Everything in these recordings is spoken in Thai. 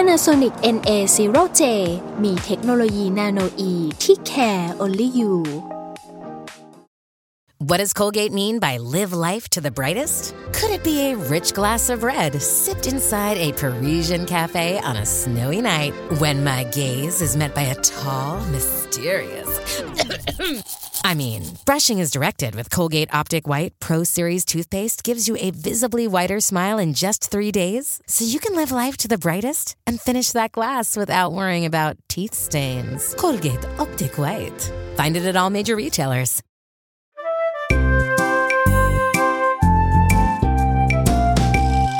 Panasonic NA0J มีเทคโนโลยีนาโนอีที่ care only you What does Colgate mean by live life to the brightest? Could it be a rich glass of red sipped inside a Parisian cafe on a snowy night when my gaze is met by a tall, mysterious. I mean, brushing is directed with Colgate Optic White Pro Series toothpaste gives you a visibly whiter smile in just three days, so you can live life to the brightest and finish that glass without worrying about teeth stains. Colgate Optic White. Find it at all major retailers.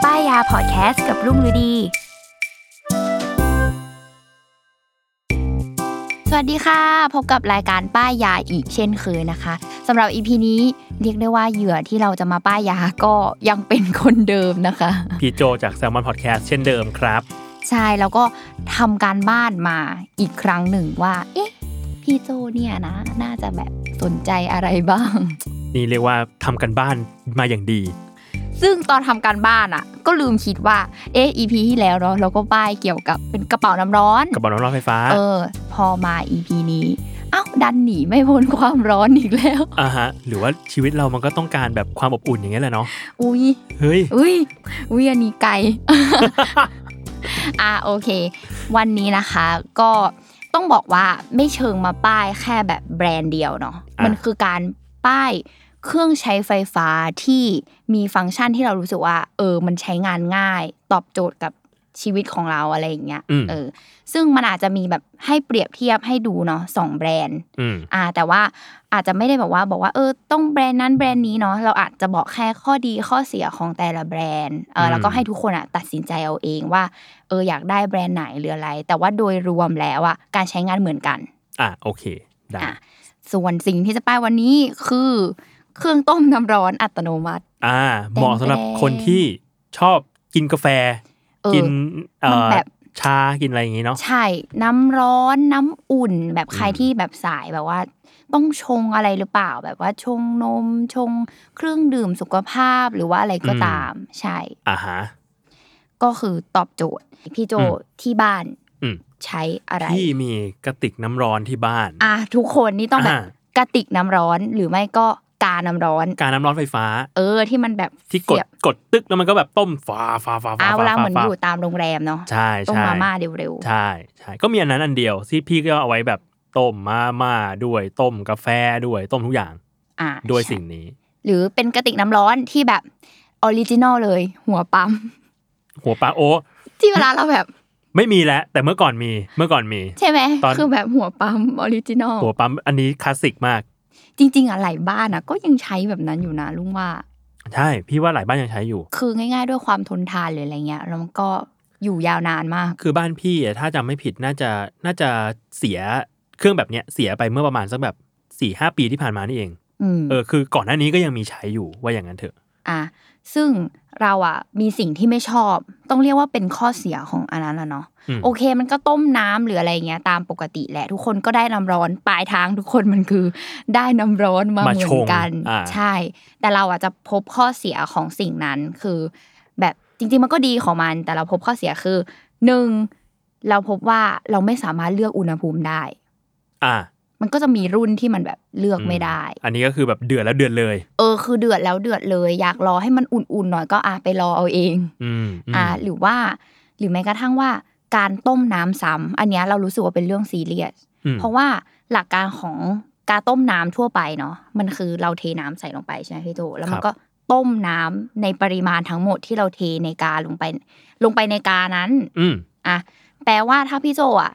ป้ายยาพอดแคสต์กับรุ่งฤดี สวัสดีค่ะ พบกับรายการป้ายยาอีกเช่นเคยนะคะสำหรับอีพีนี้เรียกได้ว่าเหยื่อที่เราจะมาป้ายยาก็ยังเป็นคนเดิมนะคะ พี่โจจากแซลมอนพอดแคสต์เช่นเดิมครับ ใช่แล้วก็ทำการบ้านมาอีกครั้งหนึ่งว่า เอ๊ะ พี่โจเนี่ยนะ น่าจะแบบสนใจอะไรบ้าง นี่เรียกว่าทำกันบ้านมาอย่างดี ซึ่งตอนทำการบ้านอะ่ะ ก็ลืมคิดว่าเอ๊ะ EP ที่แล้วเนาะเราก็ป้ายเกี่ยวกับเป็นกระเป๋าน้ำร้อน กับบอลน้ำร้อนไฟฟ้า เออ พอมา EP นี้ เอ้า ดันหนีไม่พ้นความร้อนอีกแล้ว อ่าฮะ หรือว่าชีวิตเรามันก็ต้องการแบบความอบอุ่นอย่างเงี้ยแหละเนาะ อุ้ย เฮ้ย อุ้ย อุ้ยอันนี้ไกล อ่ะโอเค วันนี้นะคะก็ต้องบอกว่าไม่เชิงมาป้ายแค่แบบแบรนด์เดียวเนาะ อ่ะ มันคือการป้ายเครื่องใช้ไฟฟ้าที่มีฟังก์ชันที่เรารู้สึกว่า เออ มันใช้งานง่าย ตอบโจทย์กับชีวิตของเราอะไรอย่างเงี้ย อืม เออ ซึ่งมันอาจจะมีแบบให้เปรียบเทียบให้ดูเนาะสองแบรนด์ อืม อ่าแต่ว่าอาจจะไม่ได้แบบว่าบอกว่าเออต้องแบรนด์นั้นแบรนด์นี้เนาะเราอาจจะบอกแค่ข้อดีข้อเสียของแต่ละแบรนด์เออแล้วก็ให้ทุกคนอ่ะตัดสินใจเอาเองว่าเอออยากได้แบรนด์ไหนหรืออะไร แต่ว่าโดยรวมแล้วอ่ะการใช้งานเหมือนกัน อ่ะโอเคได้ อ่ะ ส่วนสิ่งที่จะป้ายวันนี้คือเครื่องต้มน้ำร้อนอัตโนมัติ อ่า เหมาะสำหรับ แดงๆ คนที่ชอบกินกาแฟ เออ กินเอ่ มัน อ แบบ ชากินอะไรอย่างงี้เนาะ ใช่น้ำร้อนน้ำอุ่น แบบใครที่แบบสายแบบว่า ต้องชงอะไรหรือเปล่า แบบว่าชงนมชงเครื่องดื่มสุขภาพหรือว่าอะไรก็ อืม ตามใช่ อ่าฮะ ก็คือตอบโจทย์พี่โจ อืม ที่บ้าน อืม ใช้อะไร พี่มีกระติกน้ำร้อนที่บ้าน อ่ะทุกคนนี่ต้องแบบ อ่า กระติกน้ำร้อนหรือไม่ก็กาน้ำร้อน การน้ำร้อนไฟฟ้า เออที่มันแบบ ที่กด เสียบ กดตึกแล้วมันก็แบบต้มฟ้าฟ้าฟ้าฟ้า อ่ะเว ฟ้า ลาเหมือน ฟ้า อยู่ตามโรงแรมเนาะ ใช่ ต้ม ใช่ มาม่าเร็ว ใช่ใช่ก็มีอันนั้นอันเดียวที่พี่ก็เอาไว้แบบต้มมาม่าด้วยต้มกาแฟด้วยต้มทุกอย่าง ๆอ่ะ ด้วย ใช่ สิ่งนี้ หรือเป็นกระติกน้ำร้อนที่แบบออริจินอลเลย หัวปั๊ม หัวปลาโอ ที่เวลาเราแบบ ไม่มีแล้ว แต่เมื่อก่อนมีเมื่อก่อนมี ใช่ไหม ตอน คือแบบหัวปั๊มออริจินอล หัวปั๊มอันนี้คลาสสิกมาก จริง ๆอ่ะหลายบ้านอ่ะก็ยังใช้แบบนั้นอยู่นะลุงว่า ใช่พี่ว่าหลายบ้านยังใช้อยู่ คือง่าย ๆ ด้วยความทนทานหรืออะไรเงี้ยแล้วมันก็อยู่ยาวนานมาก คือบ้านพี่อะถ้าจำไม่ผิดน่าจะน่าจะเสียเครื่องแบบเนี้ยเสียไปเมื่อประมาณสักแบบสี่ห้าปีที่ผ่านมานี่เอง อืม เออคือก่อนหน้านี้ก็ยังมีใช้อยู่ว่าอย่างนั้นเถอะ อ่ะซึ่งเราอ่ะมีสิ่งที่ไม่ชอบ ต้องเรียกว่าเป็นข้อเสียของอันนั้นละเนาะ อืม โอเค มันก็ต้มน้ำหรืออะไรเงี้ยตามปกติแหละ ทุกคนก็ได้น้ำร้อนปลายทางทุกคนมันคือ ได้น้ำร้อนมา มา เหมื ช อน ง กัน อ่า ใช่ แต่เราอ่ะจะพบข้อเสียของสิ่งนั้นคือ แบบจริง ๆ มันก็ดีของมัน แต่เราพบข้อเสียคือหนึ่งเราพบว่าเราไม่สามารถเลือกอุณหภูมิได้ อ่า มันก็จะมีรุ่นที่มันแบบเลือกไม่ได้ อันนี้ก็คือแบบเดือดแล้วเดือดเลย เออคือเดือดแล้วเดือดเลย อยากรอให้มันอุ่นๆหน่อยก็อ่ะไปรอเอาเอง อืมม อ่าหรือว่าหรือแม้กระทั่งว่าการต้มน้ำซ้ำอันเนี้ยเรารู้สึกว่าเป็นเรื่องซีเรียส อืม เพราะว่าหลักการของการต้มน้ำทั่วไปเนาะมันคือเราเทน้ำใส่ลงไปใช่ไหมพี่โจแล้วมันก็ต้มน้ำในปริมาณทั้งหมดที่เราเทในกาลงไป ลงไปในกานั้น อืม อ่ะแปลว่าถ้าพี่โจอ่ะ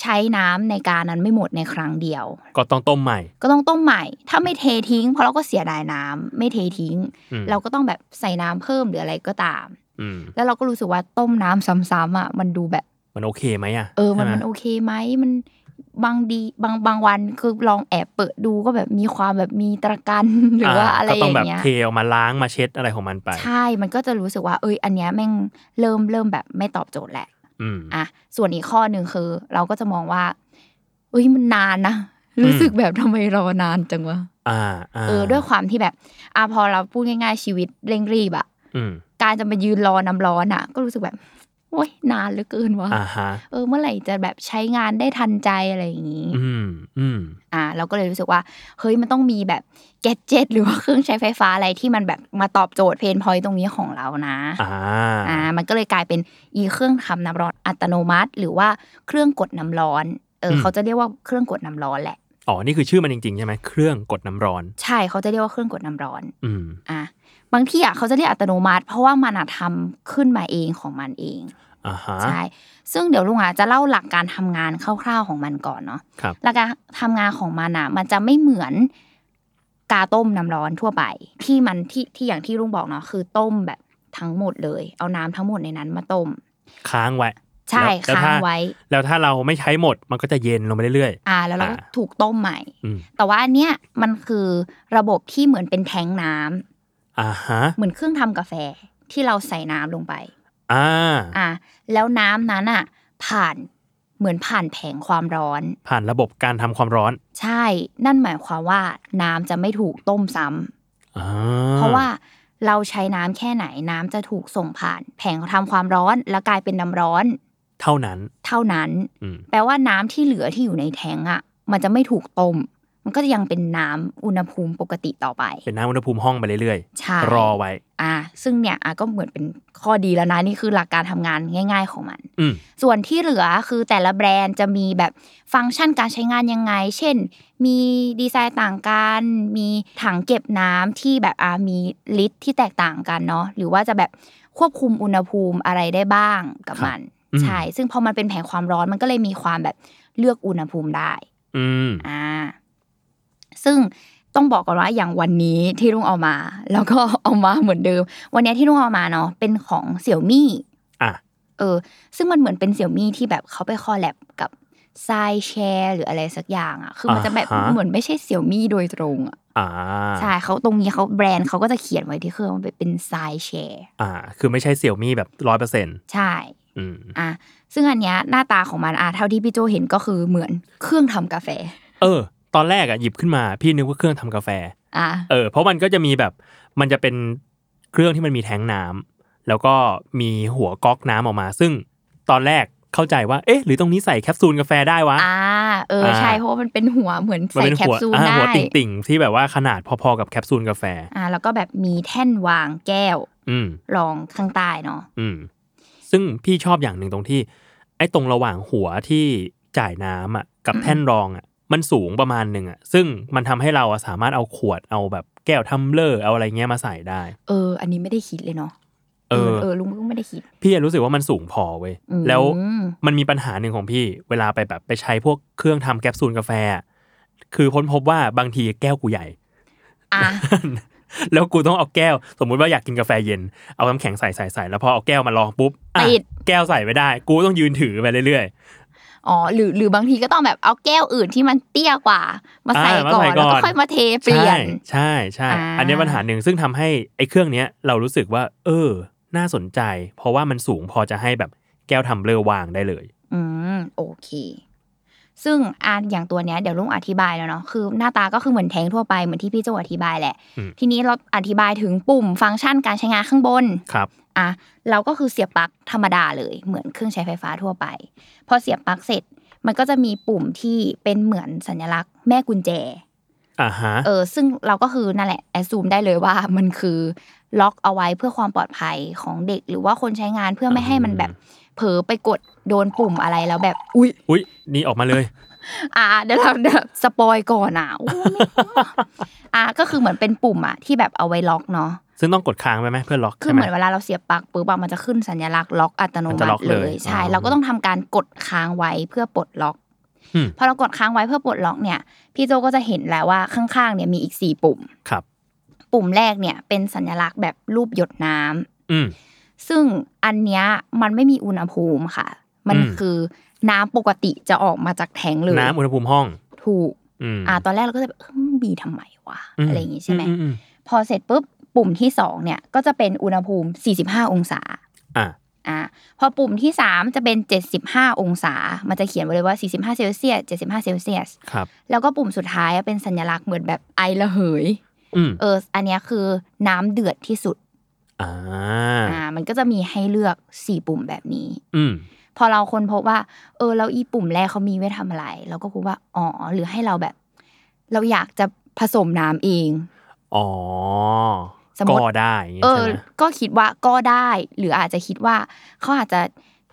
ใช้น้ำในกานั้นไม่หมดในครั้งเดียว ก็ต้องต้มใหม่ ก็ต้องต้มใหม่ ถ้าไม่เททิ้ง เพราะเราก็เสียดายน้ำไม่เททิ้ง อืม เราก็ต้องแบบใส่น้ำเพิ่มหรืออะไรก็ตาม อืม แล้วเราก็รู้สึกว่าต้มน้ำซ้ำๆอ่ะมันดูแบบ มันโอเคไหมอ่ะ เออมัน ใช่ไห มันโอเคไหมมันบางดีบางบางวันคือลองแอบเปิดดูก็แบบมีความแบบมีตะกัน หรือว่าอะไร ก็ อ ต้อย่างแบ ง บ เงี้ย เทออกมาล้างมาเช็ดอะไรของมันไป ใช่ มันก็จะรู้สึกว่า เอ้ย อันเนี้ยแม่งเริ่มเริ่มแบบไม่ตอบโจทย์แหละ อืม อ่ะ ส่วนอีกข้อหนึ่งคือ เราก็จะมองว่า เอ้ย มันนานนะ รู้สึกแบบทำไมรอนานจังวะ อ่าอ่า เออ ด้วยความที่แบบ อ่ะพอเราพูดง่ายๆชีวิตเร่งรีบอะ อืม การจะมายืนรอน้ำร้อนอะก็รู้สึกแบบ โอ๊ย นานเหลือเกินวะ อ่าฮะ เออ เมื่อไหร่จะแบบใช้งานได้ทันใจอะไรอย่างงี้ อืมอืม อ่าเราก็เลยรู้สึกว่าเฮ้ยมันต้องมีแบบแกจเจ็ตหรือว่าเครื่องใช้ไฟฟ้าอะไรที่มันแบบมาตอบโจทย์เพนพอยตรงนี้ของเรานะ อ่า อ่ามันก็เลยกลายเป็นอีเครื่องทำน้ำร้อนอัตโนมัติ หรือว่าเครื่องกดน้ำร้อนเอออ ม เขาจะเรียกว่าเครื่องกดน้ำร้อนแหละ อ๋อ นี่คือชื่อมันจริงๆใช่ไหมเครื่องกดน้ำร้อน ใช่เขาจะเรียกว่าเครื่องกดน้ำร้อน อืม อ่ะบางที่อ่ะเขาจะเรียกอัตโนมัติ เพราะว่ามันอะทำขึ้นมาเองของมันเอง อ่าฮะ ใช่ซึ่งเดี๋ยวลุงอ่ะจะเล่าหลักการทำงานคร่าวๆของมันก่อนเนาะ ครับ หลักการทำงานของมันอ่ะมันจะไม่เหมือนกาต้มน้ำร้อนทั่วไป ที่มันที่ที่อย่างที่ลุงบอกเนาะคือต้มแบบทั้งหมดเลย เอาน้ำทั้งหมดในนั้นมาต้ม ค้างไว้ ใช่ แล้วแล้ว ค้าง ถ้ ไว้ แล้วถ้าเราไม่ใช้หมดมันก็จะเย็นลงไปเรื่อย อ่าแล้วเราก็ อ่า ถูกต้มใหม่ ๆ อืม แต่ว่าอันเนี้ยมันคือระบบที่เหมือนเป็นแทงน้ำ อ่าฮะ เหมือนเครื่องทำกาแฟที่เราใส่น้ำลงไป อ่า อ่าแล้วน้ำนั้นอ่ะผ่านเหมือนผ่านแผงความร้อน ผ่านระบบการทำความร้อน ใช่นั่นหมายความว่าน้ำจะไม่ถูกต้มซ้ำ อ่า เพราะว่าเราใช้น้ำแค่ไหนน้ำจะถูกส่งผ่าน แผงทำความร้อนแล้วกลายเป็นน้ำร้อน เท่านั้น เท่านั้น อืม แปลว่าน้ำที่เหลือที่อยู่ในแทงอ่ะ มันจะไม่ถูกต้ม มันก็จะยังเป็นน้ำอุณหภูมิปกติต่อไป เป็นน้ำอุณหภูมิห้องไปเรื่อย ใช่ ๆ รอไว้ อ่า ซึ่งเนี่ยอ่ะก็เหมือนเป็นข้อดีแล้วนะนี่คือหลักการทำงานง่าย ๆของมัน อืม ส่วนที่เหลือคือแต่ละแบรนด์จะมีแบบฟังก์ชันการใช้งานยังไง เช่น มีดีไซน์ต่างกัน มีถังเก็บน้ำที่แบบอ่ามีลิตรที่แตกต่างกันเนาะ หรือว่าจะแบบควบคุมอุณหภูมิอะไรได้บ้างกับมัน อืม ใช่ ซึ่งพอมันเป็นแผงความร้อนมันก็เลยมีความแบบเลือกอุณหภูมิได้ อืม อ่า ซึ่งต้องบอกก่อนว่าอย่างวันนี้ที่ลุงเอามา แล้วก็เอามาเหมือนเดิม วันนี้ที่ลุงเอามาเนาะเป็นของเสี่ยวมี่ อ่ะ เออ ซึ่งมันเหมือนเป็นเสี่ยวมี่ที่แบบเขาไปคอลแลบกับไซแชร์หรืออะไรสักอย่างอ่ะ คือมันจะแบบ อ่าฮะ เหมือนไม่ใช่เสี่ยวมี่โดยตรงอ่ะ อ่า ใช่เขาตรงนี้เขาแบรนด์เขาก็จะเขียนไว้ที่เครื่องว่าเป็นไซแชร์ อ่า คือไม่ใช่เสี่ยวมี่แบบร้อยเปอร์เซ็นต์ ใช่ อืม อ่ะซึ่งอันเนี้ยหน้าตาของมันอ่ะเท่าที่พี่โจเห็นก็คือเหมือนเครื่องทำกาแฟ เออ ตอนแรกอ่ะหยิบขึ้นมา พี่นึกว่าเครื่องทำกาแฟ อ่ะ เออ เพราะมันก็จะมีแบบ มันจะเป็นเครื่องที่มันมีแทงน้ำแล้วก็มีหัวก๊อกน้ำออกมา ซึ่งตอนแรกเข้าใจว่า เอ๊ะ หรือตรงนี้ใส่แคปซูลกาแฟได้วะ อ่าเออใช่ อ่า เพราะว่ามันเป็นหัวเหมือน มัน ใส่ เป็น แคป หัว ซูล อ่า ได้ หัวติ่งๆ ที่แบบว่าขนาดพอๆกับแคปซูลกาแฟ อ่าแล้วก็แบบมีแท่นวางแก้ว อืม รองข้างใต้เนาะ อืม ซึ่งพี่ชอบอย่างหนึ่งตรงที่ ไอ้ตรงระหว่างหัวที่จ่ายน้ำอ่ะ กับแท่นรองอ่ะ มันสูงประมาณหนึ่งอ่ะ ซึ่งมันทำให้เราอ่ะสามารถเอาขวดเอาแบบแก้วทัมเลอร์เอาอะไรเงี้ยมาใส่ได้ เออ อันนี้ไม่ได้คิดเลยเนาะ เออ เออลุงก็ไม่ได้คิด พี่อะรู้สึกว่ามันสูงพอเว้ย อืม แล้วมันมีปัญหาหนึ่งของพี่ เวลาไปแบบไปใช้พวกเครื่องทำแคปซูลกาแฟอะคือพ้นพบว่าบางทีแก้วกูใหญ่ อ่ะ แล้วกูต้องเอาแก้ว สมมุติว่าอยากกินกาแฟเย็น เอาน้ำแข็งใส่ใส่ใส่แล้วพอเอาแก้วมาลองปุ๊บอ่ะ ติด แก้วใส่ไม่ได้ กูต้องยืนถือไปเรื่อย อ๋อหรือหรือบางทีก็ต้องแบบเอาแก้วอื่นที่มันเตี้ยกว่า มา ๆะ ใส่ก่อนแล้วก็ค่อยมาเทเปลี่ยน ใช่ใช่ อ่า อันเนี้ยปัญหาหนึ่งซึ่งทำให้ไอ้เครื่องเนี้ยเรารู้สึกว่า เออ น่าสนใจ เพราะว่ามันสูงพอจะให้แบบแก้วทำเลอวางได้เลย อืมโอเค ซึ่งอ่านอย่างตัวเนี้ยเดี๋ยวลุงอธิบายแล้วเนาะคือหน้าตาก็คือเหมือนแทงทั่วไปเหมือนที่พี่โจอธิบายแหละ อืม ทีนี้เราอธิบายถึงปุ่มฟังก์ชันการใช้งานข้างบน ครับ อ่ะเราก็คือเสียบปลั๊กธรรมดาเลยเหมือนเครื่องใช้ไฟฟ้าทั่วไป พอเสียบปลั๊กเสร็จ มันก็จะมีปุ่มที่เป็นเหมือนสัญลักษณ์แม่กุญแจ อ่าฮะ เออซึ่งเราก็คือนั่นแหละแอดซูมได้เลยว่ามันคือล็อกเอาไว้เพื่อความปลอดภัยของเด็ก หรือว่าคนใช้งานเพื่อไม่ให้มันแบบเผลอไปกดโดนปุ่มอะไรแล้วแบบอุ้ย อุ๊ยนี่ออกมาเลย อ่า เดี๋ยวเราเดี๋ยวสปอยก่อนอ่ะโอ้ไม่ กลัวอ่ะก็คือเหมือนเป็นปุ่มอ่ะที่แบบเอาไว้ล็อกเนาะ ซึ่งต้องกดค้างไปไหมเพื่อล็อก คือ ใช่ไห เห ม มือนเวลาเราเสียบปลั๊กปุ๊บอะมันจะขึ้นสัญลักษณ์ล็อกอัตโน มัน มั จะล็อก ติเลย เลย ใช่ อ๋อ เราก็ต้องทำการกดค้างไว้เพื่อปลดล็อก อืม พอเรากดค้างไว้เพื่อปลดล็อกเนี่ย พี่โจก็จะเห็นแล้วว่าข้างๆเนี่ยมีอีกสี่ปุ่ม ครับ ปุ่มแรกเนี่ยเป็นสัญลักษณ์แบบรูปหยดน้ำ อืม ซึ่งอันเนี้ยมันไม่มีอุณหภูมิค่ะ มัน อืม คือน้ำปกติจะออกมาจากแทงเลย น้ำอุณหภูมิห้อง ถูก อืม อ่าตอนแรกเราก็จะแบบเอ้ยมันบีทำไมวะ ม อะไรอย่างงี้ใช่ไหม อืม พอเสร็จปุ๊บปุ่มที่สองเนี่ยก็จะเป็นอุณหภูมิ 45 องศา อ่ะ อ่าพอปุ่มที่ 3 จะเป็น 75 องศา มันจะเขียนไว้เลยว่า 45 เซลเซียส 75 เซลเซียส ครับ แล้วก็ปุ่มสุดท้ายเป็นสัญลักษณ์เหมือนแบบไอระเหย อืม เออ อันเนี้ยคือน้ำเดือดที่สุด อ่า อ่า มันก็จะมีให้เลือก 4 ปุ่มแบบนี้ อืม พอเราค้นพบว่า เออแล้วอีปุ่มแรกเขามีไว้ทำอะไร เราก็พบว่า อ๋อ หรือให้เราแบบ เราอยากจะผสมน้ำเอง อ๋อ สมมติ ก็ได้อย่างงี้ เอ ใช่ อ ไหม ก็คิดว่าก็ได้ หรืออาจจะคิดว่าเขาอาจจะ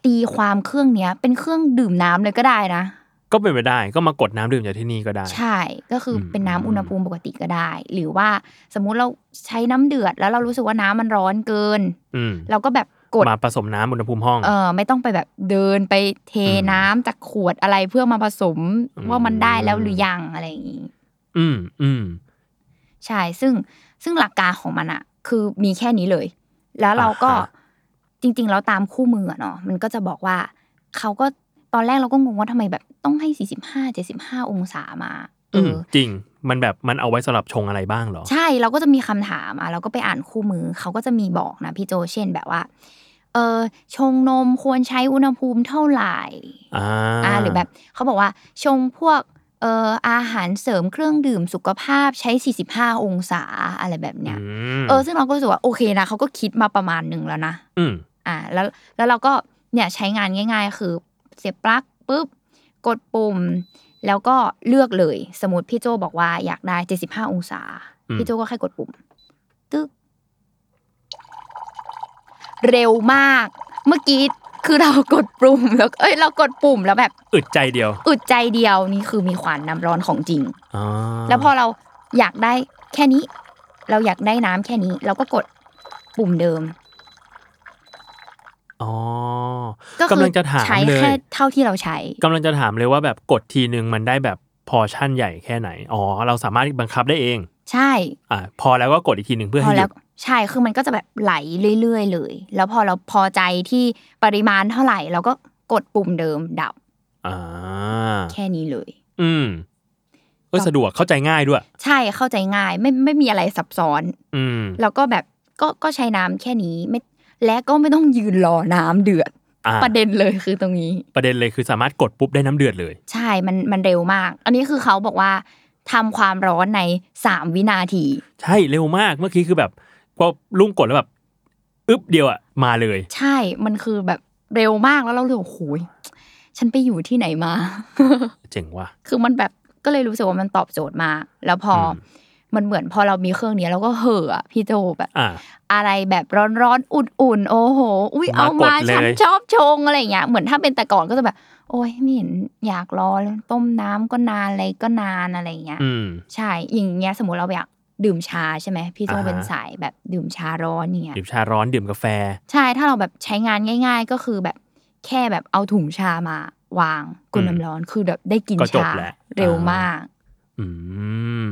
ตีความเครื่องเนี้ย เป็นเครื่องดื่มน้ำเลยก็ได้นะ ก็เป็นไปได้ก็มากดน้ำดื่มจากที่นี่ก็ได้ ใช่ ก็คืออ ม เป็นน้ำอุณหภูมิปกติก็ได้ หรือว่าสมมุติเราใช้น้ำเดือด แล้วเรารู้สึกว่าน้ำมันร้อนเกิน อืม เราก็แบบกด มาผสมน้ำอุณหภูมิห้อง เออไม่ต้องไปแบบเดินไปเท อืม น้ำจากขวดอะไรเพื่อมาผสม อืม ว่ามันได้แล้วหรือยังอะไรอย่างนี้ อืมอืม ใช่ซึ่งซึ่งหลักการของมันอะคือมีแค่นี้เลย แล้วเราก็ อ่าฮะ จริง ๆ แล้วตามคู่มืออะเนาะมันก็จะบอกว่าเขาก็ตอนแรกเราก็งงว่าทำไมแบบต้องให้ 45 75 องศามาเอ อืม อ จริง มันแบบมันเอาไว้สำหรับชงอะไรบ้างเหรอ ใช่เราก็จะมีคำถามอะเราก็ไปอ่านคู่มือเขาก็จะมีบอกนะพี่โจเช่นแบบว่าเออชงนมควรใช้อุณหภูมิเท่าไหร่ อ่า อ่าหรือแบบเขาบอกว่าชงพวกเอ่ออาหารเสริมเครื่องดื่มสุขภาพใช้ 45 องศาอะไรแบบเนี้ย อืม เออซึ่งเราก็รู้สึกว่าโอเคนะเขาก็คิดมาประมาณหนึ่งแล้วนะ อืม อ่าแล้วแล้วเราก็เนี่ยใช้งานง่าย ๆ คือเสียบปลั๊กปุ๊บกดปุ่ม แล้วก็เลือกเลย สมมติพี่โจบอกว่าอยากได้ 75 องศา อืม พี่โจก็แค่กดปุ่มตึ๊กเร็วมาก เมื่อกี้คือเรากดปุ่มแล้วเอ้ยเรากดปุ่มแล้วแบบ อึดใจเดียว อึดใจเดียวนี่คือมีขวานน้ำร้อนของจริง อ่า แล้วพอเราอยากได้แค่นี้ เราอยากได้น้ำแค่นี้ เราก็กดปุ่มเดิม อ๋อ ก็คื กำลังจะถาม ใช้ เลย แค่เท่าที่เราใช้ กำลังจะถามเลยว่าแบบกดทีนึงมันได้แบบพอร์ชั่นใหญ่แค่ไหน อ๋อ เราสามารถบังคับได้เอง ใช่ อ่า พอแล้วก็กดอีกทีหนึ่งเพื่อ พอ ให้ห แล้วยุด ใช่คือมันก็จะแบบไหลเรื่อยๆเลย แล้วพอเราพอใจที่ปริมาณเท่าไหร่ เราก็กดปุ่มเดิมดับ อ่า แค่นี้เลย อืมเออสะดวกเข้าใจง่ายด้วย ใช่เข้าใจง่ายไม่ไม่มีอะไรซับซ้อน อืม แล้วก็แบบก็ก็ใช้น้ำแค่นี้ไม่และก็ไม่ต้องยืนรอน้ำเดือด อ่า ประเด็นเลยคือตรงนี้ ประเด็นเลยคือสามารถกดปุ๊บได้น้ำเดือดเลย ใช่ มัน มันเร็วมาก อันนี้คือเขาบอกว่าทำความร้อนใน 3 วินาที ใช่เร็วมากเมื่อกี้คือแบบพอลุงกดแล้วแบบอึ๊บเดียวอะมาเลย ใช่ มันคือแบบเร็วมากแล้วเราเลยโอ้โหยฉันไปอยู่ที่ไหนมา เจ๋งว่ะ คือมันแบบ ก็เลยรู้สึกว่ามันตอบโจทย์มาก แล้วพออ ม มันเหมือนพอเรามีเครื่องนี้เราก็เห่ออะพี่โจแบบ อ่า อะไรแบบร้อนๆ อุ่นๆ โอ้โห อุ้ยเอา มาม าก ดเลย ฉันชอบชงอะไรอย่างเงี้ย เหมือนถ้าเป็นแต่ก่อนก็จะแบบ โอ้ยไม่เห็นอยากรอเลยต้มน้ำก็นานอะไรก็นานอะไรอย่างเงี้ย อืม ใช่ อย่างเงี้ยสมมติเราอยากดื่มชาใช่ไหมพี่โจ อ่าฮะ เป็นสายแบบดื่มชาร้อนเนี่ย ดื่มชาร้อนดื่มกาแฟ ใช่ถ้าเราแบบใช้งานง่าย ๆ ก็คือแบบแค่แบบเอาถุงชามาวางกด อืม น้ำร้อนคือแบบได้กิน ก็จบ ชา แหละ เร็ว อ่าม มาก อืม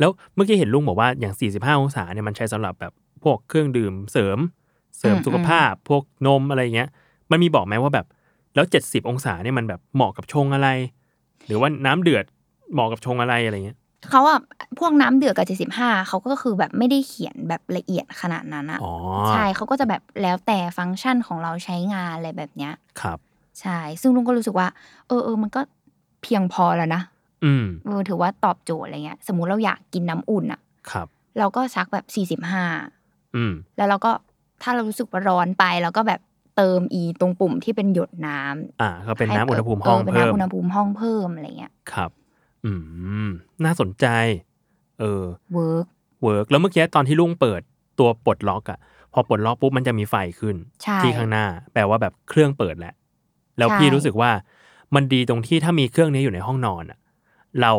แล้วเมื่อกี้เห็นลุงบอกว่าอย่าง 45 องศาเนี่ยมันใช้สำหรับแบบพวกเครื่องดื่มเสริม เสริม อืม สุขภาพ พวกนมอะไรเงี้ย มันมีบอกไหมว่าแบบ แล้ว 70 องศาเนี่ยมันแบบเหมาะกับชงอะไร หรือว่าน้ำเดือดเหมาะกับชงอะไรอะไรเงี้ย เขาอะพวกน้ำเดือดกับเจ็ดสิบห้าเขาก็คือแบบไม่ได้เขียนแบบละเอียดขนาดนั้นอะ อ๋อ ใช่เขาก็จะแบบแล้วแต่ฟังก์ชันของเราใช้งานอะไรแบบเนี้ย ครับ ใช่ ซึ่งลุงก็รู้สึกว่า เออเออมันก็เพียงพอแล้วนะ อืม เออถือว่าตอบโจทย์อะไรเงี้ย สมมุติเราอยากกินน้ำอุ่นอะ ครับ เราก็ซักแบบสี่สิบห้า อืม แล้วเราก็ถ้าเรารู้สึกว่าร้อนไปเราก็แบบเติมอีตรงปุ่มที่เป็นหยดน้ำ อ่าก็เป็น ให้ น้ำอุณหภูมิห้อง เป็น เพิ่น้ำมอุณหภูมิห้องเพิ่มอะไรเงี้ย ครับ อืม น่าสนใจ เออ เวิร์ก เวิร์กแล้วเมื่อกี้ตอนที่ลุงเปิดตัวปลดล็อกอะพอปลดล็อกปุ๊บมันจะมีไฟขึ้น ใช่ ที่ข้างหน้า แปลว่าแบบเครื่องเปิดแล้ว แล้ว ใช่ พี่รู้สึกว่ามันดีตรงที่ถ้ามีเครื่องนี้อยู่ในห้องนอนอะเรา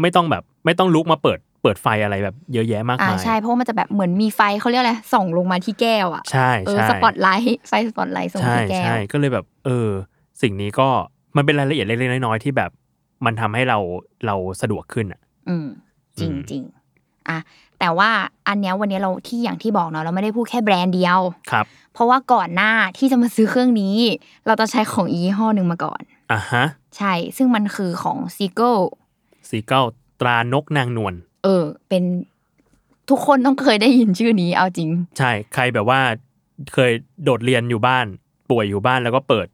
ไม่ต้องแบบไม่ต้องลุกมาเปิดเปิดไฟอะไรแบบเยอะแยะมาอ่ามกาย ใช่เพราะว่ามันจะแบบเหมือนมีไฟเขาเรียกอะไรส่องลงมาที่แก้วอ่ะ ใช่ เออ ใช่ สปอตไลท์ไฟสปอตไลท์ส่ง ใช่ ที่แก้ว ใช่ก็เลยแบบ เออ สิ่งนี้ก็มันเป็นรายละเอียดเล็กๆน้อยๆที่แบบ มันทำให้เราเราสะดวกขึ้นอะ อืมจริง อืม จริงอ่ะแต่ว่าอันเนี้ยวันเนี้ยเราที่อย่างที่บอกเนาะเราไม่ได้พูดแค่แบรนด์เดียว ครับ เพราะว่าก่อนหน้าที่จะมาซื้อเครื่องนี้ เราจะใช้ของอีกยี่ห้อหนึ่งมาก่อน อ่ะฮะ ใช่ ซึ่งมันคือของซีโก สีเก้าตรานกนางนวล เออ เป็นทุกคนต้องเคยได้ยินชื่อนี้เอาจริง ใช่ใครแบบว่าเคยโดดเรียนอยู่บ้าน ป่วยอยู่บ้านแล้วก็เปิด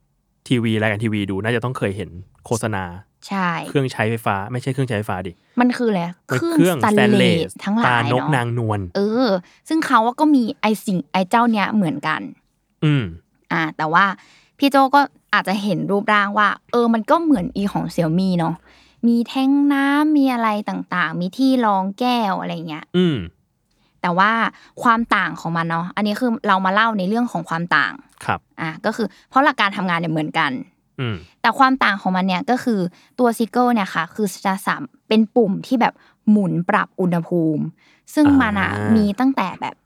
ทีวีรายการทีวีดูน่าจะต้องเคยเห็นโฆษณา ใช่ เครื่องใช้ไฟฟ้า ไม่ใช่เครื่องใช้ไฟฟ้าดิ มันคืออะไร มัน สแตนเลส stainless ทั้งหลาย ตรานก เนาะ นางนวล เออ ซึ่งเขาว่าก็มีไอสิ่งไอเจ้าเนี้ยเหมือนกัน อืม อ่า แต่ว่าพี่โจก็อาจจะเห็นรูปร่างว่า เออ มันก็เหมือนอีของเซี่ยมี่เนาะมีแท้งน้ำมีอะไรต่างๆ มีที่รองแก้วอะไรเงี้ย อืม แต่ว่าความต่างของมันเนาะอันนี้คือเรามาเล่าในเรื่องของความต่าง ครับ อ่ะก็คือเพราะหลักการทำงานเนี่ยเหมือนกัน อืม แต่ความต่างของมันเนี่ยก็คือตัวซิเกิลเนี่ยค่ะ คือจะสามเป็นปุ่มที่แบบหมุนปรับอุณหภูมิ ซึ่งมันอะ อ่ามี มีตั้งแต่แบบ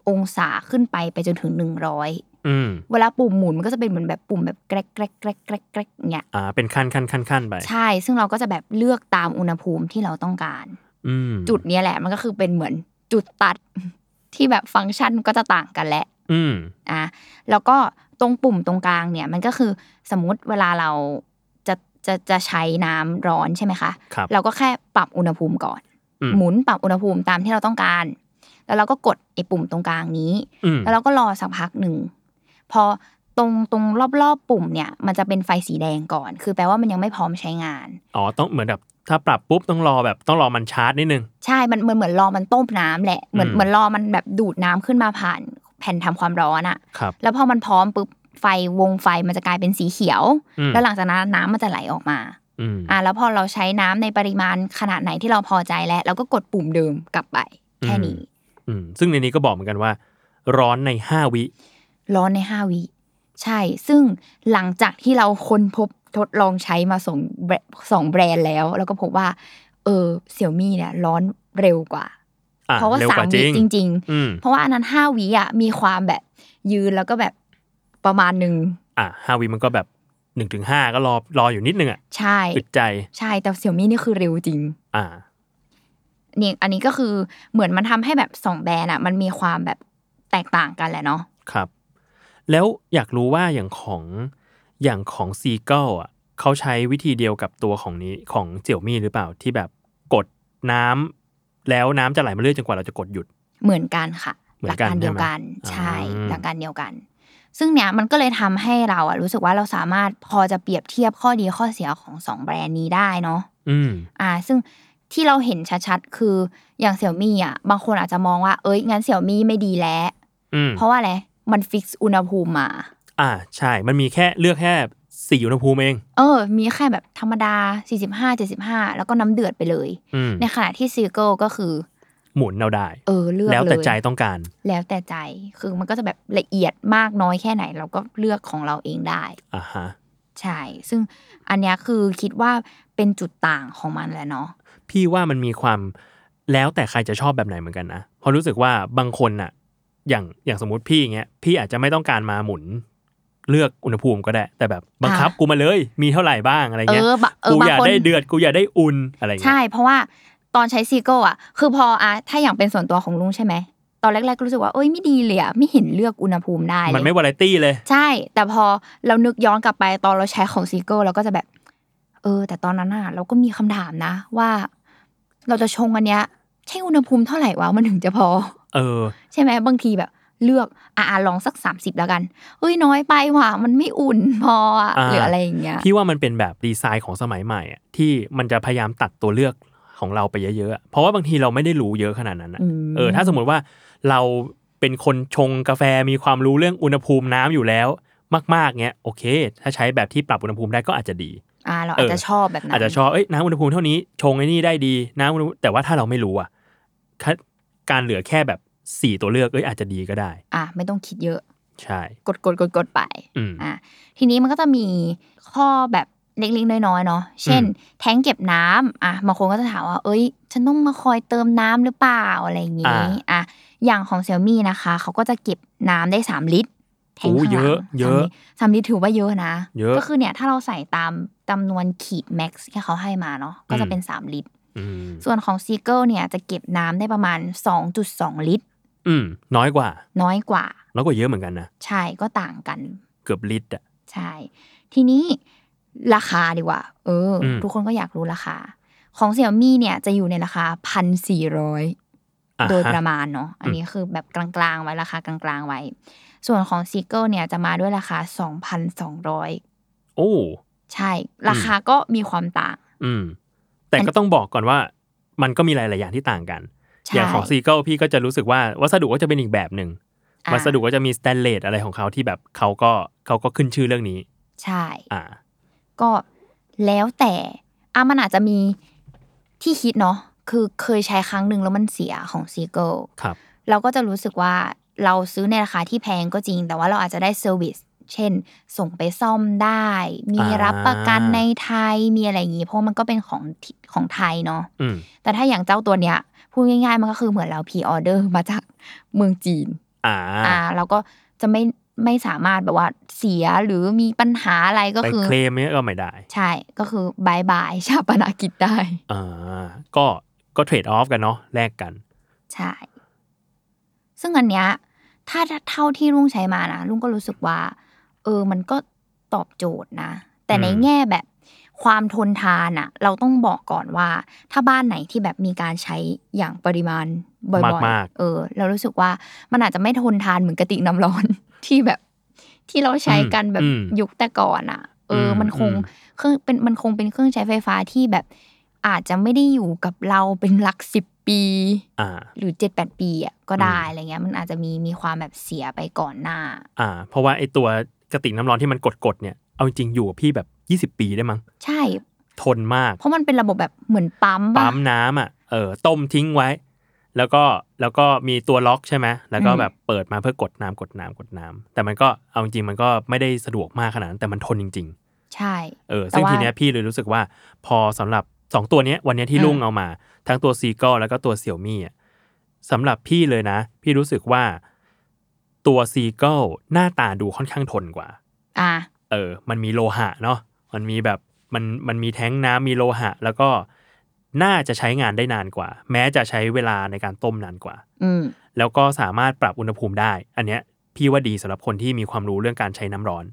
30 องศาขึ้นไปไปจนถึง 100 อืม เวลาปุ่มหมุนมันก็จะเป็นเหมือนแบบปุ่มแบบแกรกแกรกแกรกแกรกแกรกเนี่ย อ่า เป็นขั้นขั้นขั้นขั้นไป ใช่ ซึ่งเราก็จะแบบเลือกตามอุณหภูมิที่เราต้องการ อืม จุดเนี้ยแหละมันก็คือเป็นเหมือนจุดตัด ที่แบบฟังก์ชันก็จะต่างกันแหละ อืม อ่ะแล้วก็ตรงปุ่มตรงกลางเนี่ยมันก็คือสมมุติเวลาเราจะจะจะใช้น้ำร้อนใช่ไหมคะ ครับ เราก็แค่ปรับอุณหภูมิก่อน อืม หมุนปรับอุณหภูมิตามที่เราต้องการ แล้วเราก็กดไอ้ปุ่มตรงกลางนี้ อืม แล้วเราก็รอสักพักหนึ่ง พอตรงตรงรอบๆปุ่มเนี่ย มันจะเป็นไฟสีแดงก่อน คือแปลว่ามันยังไม่พร้อมใช้งาน อ๋อต้องเหมือนแบบถ้าปรับปุ๊บต้องรอแบบต้องรอมันชาร์จนิดนึง ใช่ มันเหมือนเหมือนรอมันต้มน้ำแหละ เหมือน อืม เหมือนรอมันแบบดูดน้ำขึ้นมาผ่านแผ่นทำความร้อนอะ ครับ แล้วพอมันพร้อมปุ๊บไฟวงไฟมันจะกลายเป็นสีเขียว อืม แล้วหลังจากนั้นน้ำมันจะไหลออกมา อืม อ่ะแล้วพอเราใช้น้ำในปริมาณขนาดไหนที่เราพอใจแล้วเราก็กดปุ่มเดิมกลับไป แค่นี้ อืมซึ่งในนี้ก็บอกเหมือนกันว่า ร้อนในห้าวิ ร้อนในห้าวิ ใช่ ซึ่งหลังจากที่เราค้นพบทดลองใช้มาสองแบรสองแบรนด์แล้ว แล้วก็พบว่า เออเสี่ยมี่เนี่ยร้อนเร็วกว่า อ่ เพราะว่า ร็ สามวิจริง ๆ อืม เพราะว่าอันนั้นห้าวิอ่ะมีความแบบยืนแล้วก็แบบประมาณหนึ่ง อ่ะห้าวิมันก็แบบหนึ่งถึงห้าก็รอรออยู่นิดนึงอ่ะ ใช่ อึดใจ ใช่แต่เสี่ยมี่นี่คือเร็วจริง อ่า นี่อันนี้ก็คือเหมือนมันทำให้แบบสองแบรนด์อ่ะมันมีความแบบแตกต่างกันแหละเนาะ ครับ แล้วอยากรู้ว่าอย่างของอย่างของซีเกิลอ่ะเขาใช้วิธีเดียวกับตัวของนี้ของเจียวมี่หรือเปล่าที่แบบกดน้ำแล้วน้ำจะไหลมาเรื่อยจนกว่าเราจะกดหยุด เหมือนกันค่ะ เหมื ห อ ลั นกัน การเดียวกันใช่ใช่ไหมอ่า หลักการเดียวกัน ซึ่งเนี่ยมันก็เลยทำให้เราอ่ะรู้สึกว่าเราสามารถพอจะเปรียบเทียบข้อดีข้อเสียของสองแบรนด์นี้ได้เนาะ อืม อ่า ซึ่งที่เราเห็นชัดๆคืออย่างเสี่ยมี่อ่ะบางคนอาจจะมองว่าเอ้ยงั้นเสี่ยมี่ไม่ดีแล้ว อืม เพราะว่าอะไรมันฟิกซ์อุณหภูมิมา อ่าใช่ มันมีแค่เลือกแค่สี่อุณหภูมิเอง เออ มีแค่แบบธรรมดา 45 75 แล้วก็น้ำเดือดไปเลย อืม ในขณะที่ซีเกิลก็คือ หมุนเราได้ เออ เลือก แล้ว เลย แต่ใจต้องการ แล้วแต่ใจ คือมันก็จะแบบละเอียดมากน้อยแค่ไหน เราก็เลือกของเราเองได้ อ่าฮะ ใช่ ซึ่งอันเนี้ยคือคิดว่าเป็นจุดต่างของมันแหละเนาะ พี่ว่ามันมีความแล้วแต่ใครจะชอบแบบไหนเหมือนกันนะเพราะรู้สึกว่าบางคนน่ะ อย่างอย่างสมมติพี่อย่างเงี้ยพี่อาจจะไม่ต้องการมาหมุน เลือกอุณหภูมิก็ได้ แต่แบบบังคับ อ่ะ กูมาเลย มีเท่าไหร่บ้างอะไร เอ เงี้ย อบะเออ กู บา อง ยาก คน ได้เดือดกูอยากได้อุ่นอะไรเงี้ ใช่ ย เพราะว่าตอนใช้ซีเกิลอ่ะ คือพออะถ้าอย่างเป็นส่วนตัวของลุงใช่ไหม ตอนแรกๆก็รู้สึกว่าเอ้ยไม่ดีเลยอะไม่เห็นเลือกอุณหภูมิได้เลย มันไม่วาไรตี้เลย ใช่ แต่พอเรานึกย้อนกลับไปตอนเราใช้ของซีเกิลเราก็จะแบบ เออ แต่ตอนนั้นน่ะเราก็มีคำถามนะ ว่า เราจะชงอันเนี้ยใช่อุณหภูมิเท่าไหร่วะมันถึงจะพอ เออ ใช่ไหมบางทีแบบ เลือกอ่าลองสัก 30 แล้วกันเอ้ยน้อยไปว่ะมันไม่อุ่นพออะ อ่า หรืออะไรอย่างเงี้ย พี่ว่ามันเป็นแบบดีไซน์ของสมัยใหม่อะที่มันจะพยายามตัดตัวเลือกของเราไปเยอะๆอะเพราะว่าบางทีเราไม่ได้รู้เยอะขนาดนั้นอะ อืม เออ ถ้าสมมติว่าเราเป็นคนชงกาแฟมีความรู้เรื่องอุณหภูมิน้ำอยู่แล้ว มากๆเงี้ยโอเค ถ้าใช้แบบที่ปรับอุณหภูมิได้ก็อาจจะดี อ่าเราอาจจะชอบแบบนั้น อาจจะชอบเอ้ยน้ำอุณหภูมิเท่านี้ชงไอ้นี่ได้ดีน้ำอุณหภูมิแต่ว่าถ้าเราไม่รู้อะคะการเหลือแค่แบบสี่ตัวเลือกเอ้ยอาจจะดีก็ได้ อ่าไม่ต้องคิดเยอะ ใช่ กดกดกดกดไป อืม อ่ะทีนี้มันก็จะมีข้อแบบเล็กๆน้อยๆเนาะเช่น อืม แท้งเก็บน้ำอ่ะบางคนก็จะถามว่า เอ้ย ฉันต้องมาคอยเติมน้ำหรือเปล่าอะไรอย่างงี้อ่ะอย่างของเซี่ยมี่นะคะ เขาก็จะเก็บน้ำได้ 3 ลิตรแท้ง โอ้ ข้างห เย ลั อะ ง เยอะ สามลิตรถือว่าเยอะนะ เยอะ ก็คือเนี่ยถ้าเราใส่ตามจำนวนขีดแม็กซ์ที่เขาให้มาเนาะก็จะเป็น 3 ลิตร อืม ส่วนของซีเกิลเนี่ยจะเก็บน้ำได้ประมาณ 2.2 ลิตร อืมน้อยกว่า น้อยกว่า น้อยกว่าเยอะเหมือนกันนะ ใช่ก็ต่างกัน เกือบลิตรอะ ใช่ ทีนี้ราคาดีกว่า เอออ ม ทุกคนก็อยากรู้ราคา ของเสี่ยมี่เนี่ยจะอยู่ในราคาพันสี่ร้อย อ่ โดย ฮ ประมาณเนาะ อันนี้คือแบบกลางๆไว้ราคากลางๆไว้ ส่วนของซีเกิลเนี่ยจะมาด้วยราคาสองพันสองร้อย โอ้ ใช่ ราคาก็มีความต่าง อืม แต่ อัน ก็ต้องบอกก่อนว่า มันก็มีหลาย ๆ อย่างที่ต่างกัน อ ใช่ ย่างของซีเกิลพี่ก็จะรู้สึกว่าวัสดุก็จะเป็นอีกแบบหนึ่ง อ่า วัสดุก็จะมีสแตนเลสอะไรของเขาที่แบบเขาก็เขาก็ขึ้นชื่อเรื่องนี้ ใช่ อ่า ก็แล้วแต่อ่ะมันอาจจะมีที่คิดเนาะ คือเคยใช้ครั้งหนึ่งแล้วมันเสียของซีเกิล ครับ เราก็จะรู้สึกว่าเราซื้อในราคาที่แพงก็จริง แต่ว่าเราอาจจะได้เซอร์วิส เช่น ส่งไปซ่อมได้ มี อ่ารั รับประกันในไทย มีอะไรอย่างงี้ เพราะมันก็เป็นของที่ของไทยเนาะ อืม แต่ถ้าอย่างเจ้าตัวเนี้ย พูดง่ายๆ มันก็คือเหมือนเราพีออเดอร์มาจากเมืองจีน อ่า อ่า เราก็จะไม่ไม่สามารถแบบว่าเสียหรือมีปัญหาอะไรก็ ไป คือ เคลมเนี้ยก็ไม่ได้ ใช่ ก็คือบายบายชาปนกิจได้ อ่า ก็ก็เทรดออฟกันเนาะแลกกัน ใช่ ซึ่งอันเนี้ยถ้าเท่าที่ลุงใช้มานะลุงก็รู้สึกว่า เออ มันก็ตอบโจทย์นะ แต่ใน อืม แง่แบบความทนทานอะเราต้องบอกก่อนว่า ถ้าบ้านไหนที่แบบมีการใช้อย่างปริมาณบ่อย มาก ๆเออ เรารู้สึกว่ามันอาจจะไม่ทนทานเหมือนกระติกน้ำร้อน ที่แบบ ที่เราใช้กันแบบ อืม ยุคแต่ก่อนอะเอออ ม มันคง อืม เครื่องเป็นมันคงเป็นเครื่องใช้ไฟฟ้าที่แบบอาจจะไม่ได้อยู่กับเราเป็นหลักสิบปี อ่า หรือเจ็ดแปดปีอ่ะก็ได้ อืม อะไรเงี้ยมันอาจจะมีมีความแบบเสียไปก่อนหน้า อ่า เพราะว่าไอตัวกระติกน้ำร้อนที่มันกดๆเนี่ย เอาจริงๆอยู่กับพี่แบบ 20 ปีได้มั้ง ใช่ ทนมาก เพราะมันเป็นระบบแบบเหมือนปั๊มป่ะ ปั๊มน้ำอ่ะ เออ ต้มทิ้งไว้ แล้วก็ แล้วก็มีตัวล็อกใช่ไหม แล้วก็ อืม แบบเปิดมาเพื่อกดน้ำกดน้ำกดน้ำ แต่มันก็ เอาจริงๆมันก็ไม่ได้สะดวกมากขนาดนั้น แต่มันทนจริง ใช่ ๆ เออ ซึ่ง แต่ว่า ทีเนี้ยพี่เลยรู้สึกว่า พอสำหรับสองตัวเนี้ย วันเนี้ยที่ อืม ลุงเอามา ทั้งตัวซีก l แล้วก็ตัวเสี่ยวมี่อ่ะสำหรับพี่เลยนะ พี่รู้สึกว่า ตัวซีก l หน้าตาดูค่อนข้างทนกว่า อ่ะ เออ มันมีโลหะเนาะ มันมีแบบ มัน มันมีแท้งน้ำมีโลหะ แล้วก็น่าจะใช้งานได้นานกว่า แม้จะใช้เวลาในการต้มนานกว่า อืม แล้วก็สามารถปรับอุณหภูมิได้ อันเนี้ยพี่ว่าดีสำหรับคนที่มีความรู้เรื่องการใช้น้ำร้อน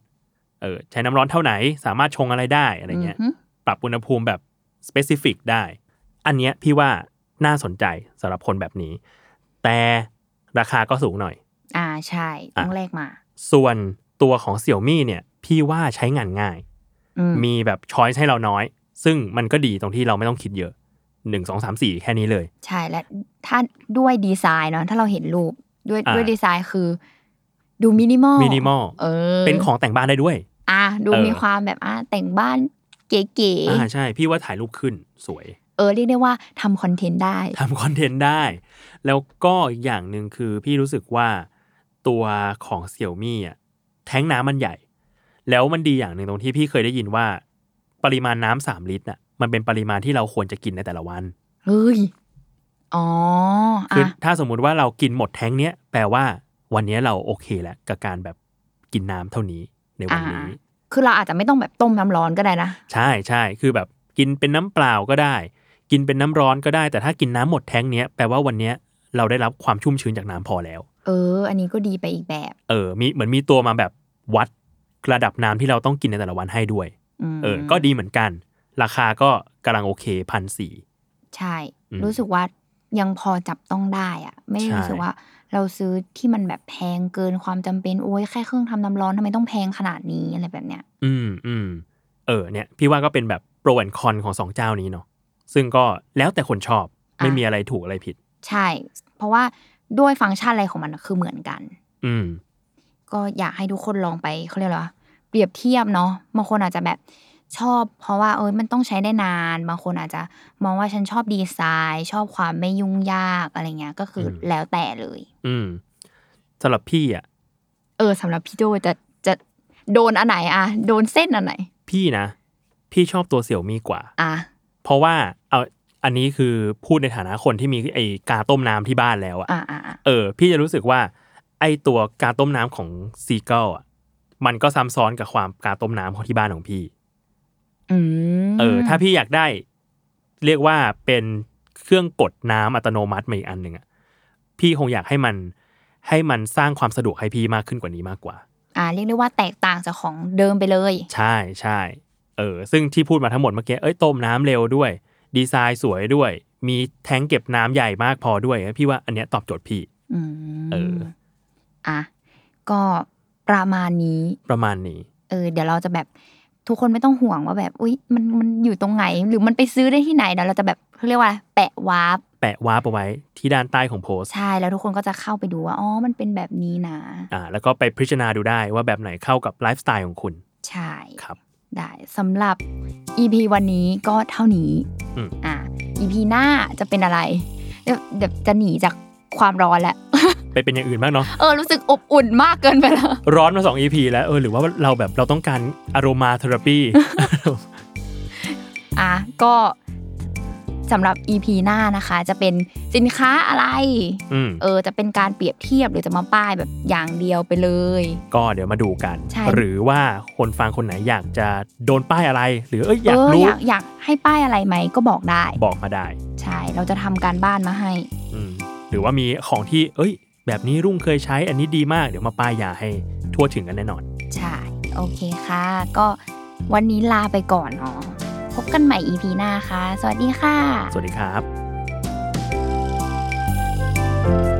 เออ ใช้น้ำร้อนเท่าไหน สามารถชงอะไรได้ อะไรเงี้ย อือหือ ปรับอุณหภูมิแบบ specific ได้ อันเนี้ยพี่ว่าน่าสนใจสำหรับคนแบบนี้ แต่ราคาก็สูงหน่อย อ่าใช่ ต้อง อ่ะ แลกมา ส่วนตัวของ Xiaomi เนี่ย พี่ว่าใช้งานง่าย อืม มีแบบช้อยส์ให้เราน้อย ซึ่งมันก็ดีตรงที่เราไม่ต้องคิดเยอะหนึ่งสองสามสี่แค่นี้เลย ใช่และถ้าด้วยดีไซน์เนาะถ้าเราเห็นรูปด้วย อ่ะ ด้วยดีไซน์คือ ดูมินิมอล มินิมอล เออ เป็นของแต่งบ้านได้ด้วย อ่ะดู เออ มีความแบบอ่ะแต่งบ้านเก๋ อ่าใช่ พี่ว่าถ่ายรูปขึ้นสวย ๆเออ เรียกได้ว่าทำคอนเทนต์ได้ ทำคอนเทนต์ได้ แล้วก็อีกอย่างหนึ่งคือพี่รู้สึกว่าตัวของเสี่ยวมี่อ่ะแท้งน้ำมันใหญ่ แล้วมันดีอย่างหนึ่งตรงที่พี่เคยได้ยินว่า ปริมาณน้ำสามลิตรน่ะมันเป็นปริมาณที่เราควรจะกินในแต่ละวัน เฮ้ย อ๋อ คือ อ่ะ ถ้าสมมุติว่าเรากินหมดแท้งเนี้ยแปลว่าวันเนี้ยเราโอเคแล้วกับการแบบกินน้ำเท่านี้ในวันนี้ อ่า คือเราอาจจะไม่ต้องแบบต้มน้ำร้อนก็ได้นะ ใช่ใช่คือแบบกินเป็นน้ำเปล่าก็ได้ กินเป็นน้ำร้อนก็ได้ แต่ถ้ากินน้ำหมดแท้งเนี้ยแปลว่าวันเนี้ยเราได้รับความชุ่มชื้นจากน้ำพอแล้ว เออ อันนี้ก็ดีไปอีกแบบ เออมีเหมือนมีตัวมาแบบวัดระดับน้ำที่เราต้องกินในแต่ละวันให้ด้วย ม เออ ก็ดีเหมือนกัน ราคาก็กำลังโอเคพันสี่ ใช่ อืม รู้สึกว่ายังพอจับต้องได้อะไม่ได้ ใช่ รู้สึกว่า เราซื้อที่มันแบบแพงเกินความจำเป็นโอ้ยแค่เครื่องทำน้ำร้อนทำไมต้องแพงขนาดนี้อะไรแบบเนี้ย อืมอืมเออเนี่ย พี่ว่าก็เป็นแบบโปรแอนคอนของสองเจ้านี้เนาะซึ่งก็แล้วแต่คนชอบ อ่ะ ไม่มีอะไรถูกอะไรผิด ใช่ เพราะว่าด้วยฟังก์ชันอะไรของมันอะคือเหมือนกัน อืม ก็อยากให้ทุกคนลองไปเขาเรียกอะไรวะเปรียบเทียบเนาะบางคนอาจจะแบบชอบ เพราะว่าเอยมันต้องใช้ได้นาน บางคนอาจจะมองว่าฉันชอบดีไซน์ ชอบความไม่ยุ่งยากอะไรเงี้ยก็คืออ ม แล้วแต่เลย อืมสำหรับพี่อ่ะ เออสำหรับพี่โจจะจะโดนอันไหนอะโดนเส้นอันไหน พี่นะ พี่ชอบตัวเสี่ยวมีกว่า อะ เพราะว่าเอาอันนี้คือพูดในฐานะคนที่มีไอกาต้มน้ำที่บ้านแล้วอะ อ่ะอ่ะอ่ะ เออ พี่จะรู้สึกว่า ไอตัวกาต้มน้ำของซีเกิลอะมันก็ซ้ำซ้อนกับความกาต้มน้ำของที่บ้านของพี่ อืม เออ ถ้าพี่อยากได้ เรียกว่าเป็นเครื่องกดน้ำอัตโนมัติมาอีกอันหนึ่งอะพี่คงอยากให้มันให้มันสร้างความสะดวกให้พี่มากขึ้นกว่านี้มากกว่า อ่ะเรียกได้ว่าแตกต่างจากของเดิมไปเลย ใช่ใช่เออซึ่งที่พูดมาทั้งหมดเมื่อกี้เอ้ยต้มน้ำเร็วด้วย ดีไซน์สวยด้วย มีแทงเก็บน้ำใหญ่มากพอด้วย พี่ว่าอันเนี้ยตอบโจทย์พี่ อืม เออ อ่ะก็ประมาณนี้ ประมาณนี้ เออเดี๋ยวเราจะแบบทุกคนไม่ต้องห่วงว่าแบบ อุ๊ยมันมันอยู่ตรงไหน หรือมันไปซื้อได้ที่ไหนเดี๋ยวเราจะแบบเขาเรียกว่า แปะวาร์ป แปะวาร์ปเอาไว้ที่ด้านใต้ของโพสต์ ใช่แล้วทุกคนก็จะเข้าไปดูว่าอ๋อมันเป็นแบบนี้นะ อ่าแล้วก็ไปพิจารณาดูได้ว่าแบบไหนเข้ากับไลฟ์สไตล์ของคุณ ใช่ ครับ ได้สำหรับ EP วันนี้ก็เท่านี้ อืม อ่ะ EP หน้าจะเป็นอะไรเดี๋ยวเดี๋ยวจะหนีจากความร้อนแล้ว ไปเป็นอย่างอื่นบ้างเนาะ เออรู้สึกอบอุ่นมากเกินไปแล้ว ร้อนมา2 EP แล้วเออหรือว่าเราแบบเราต้องการอารมาเทอราปี อ่ะก็สำหรับ EP หน้านะคะ จะเป็นสินค้าอะไร อืม เออจะเป็นการเปรียบเทียบหรือจะมาป้ายแบบอย่างเดียวไปเลย ก็เดี๋ยวมาดูกัน ใช่ หรือว่าคนฟังคนไหนอยากจะโดนป้ายอะไร หรือเอ้ยอยาก เออ รู้ อยากอยากให้ป้ายอะไรไหมก็บอกได้ บอกมาได้ ใช่เราจะทำการบ้านมาให้ อืมหรือว่ามีของที่ เอ้ย แบบนี้รุ่งเคยใช้ อันนี้ดีมาก เดี๋ยวมาป้ายยาให้ทั่วถึงกันแน่นอน ใช่ โอเคค่ะ ก็วันนี้ลาไปก่อนเนาะพบกันใหม่ EP หน้าค่ะ สวัสดีค่ะ สวัสดีครับ Thank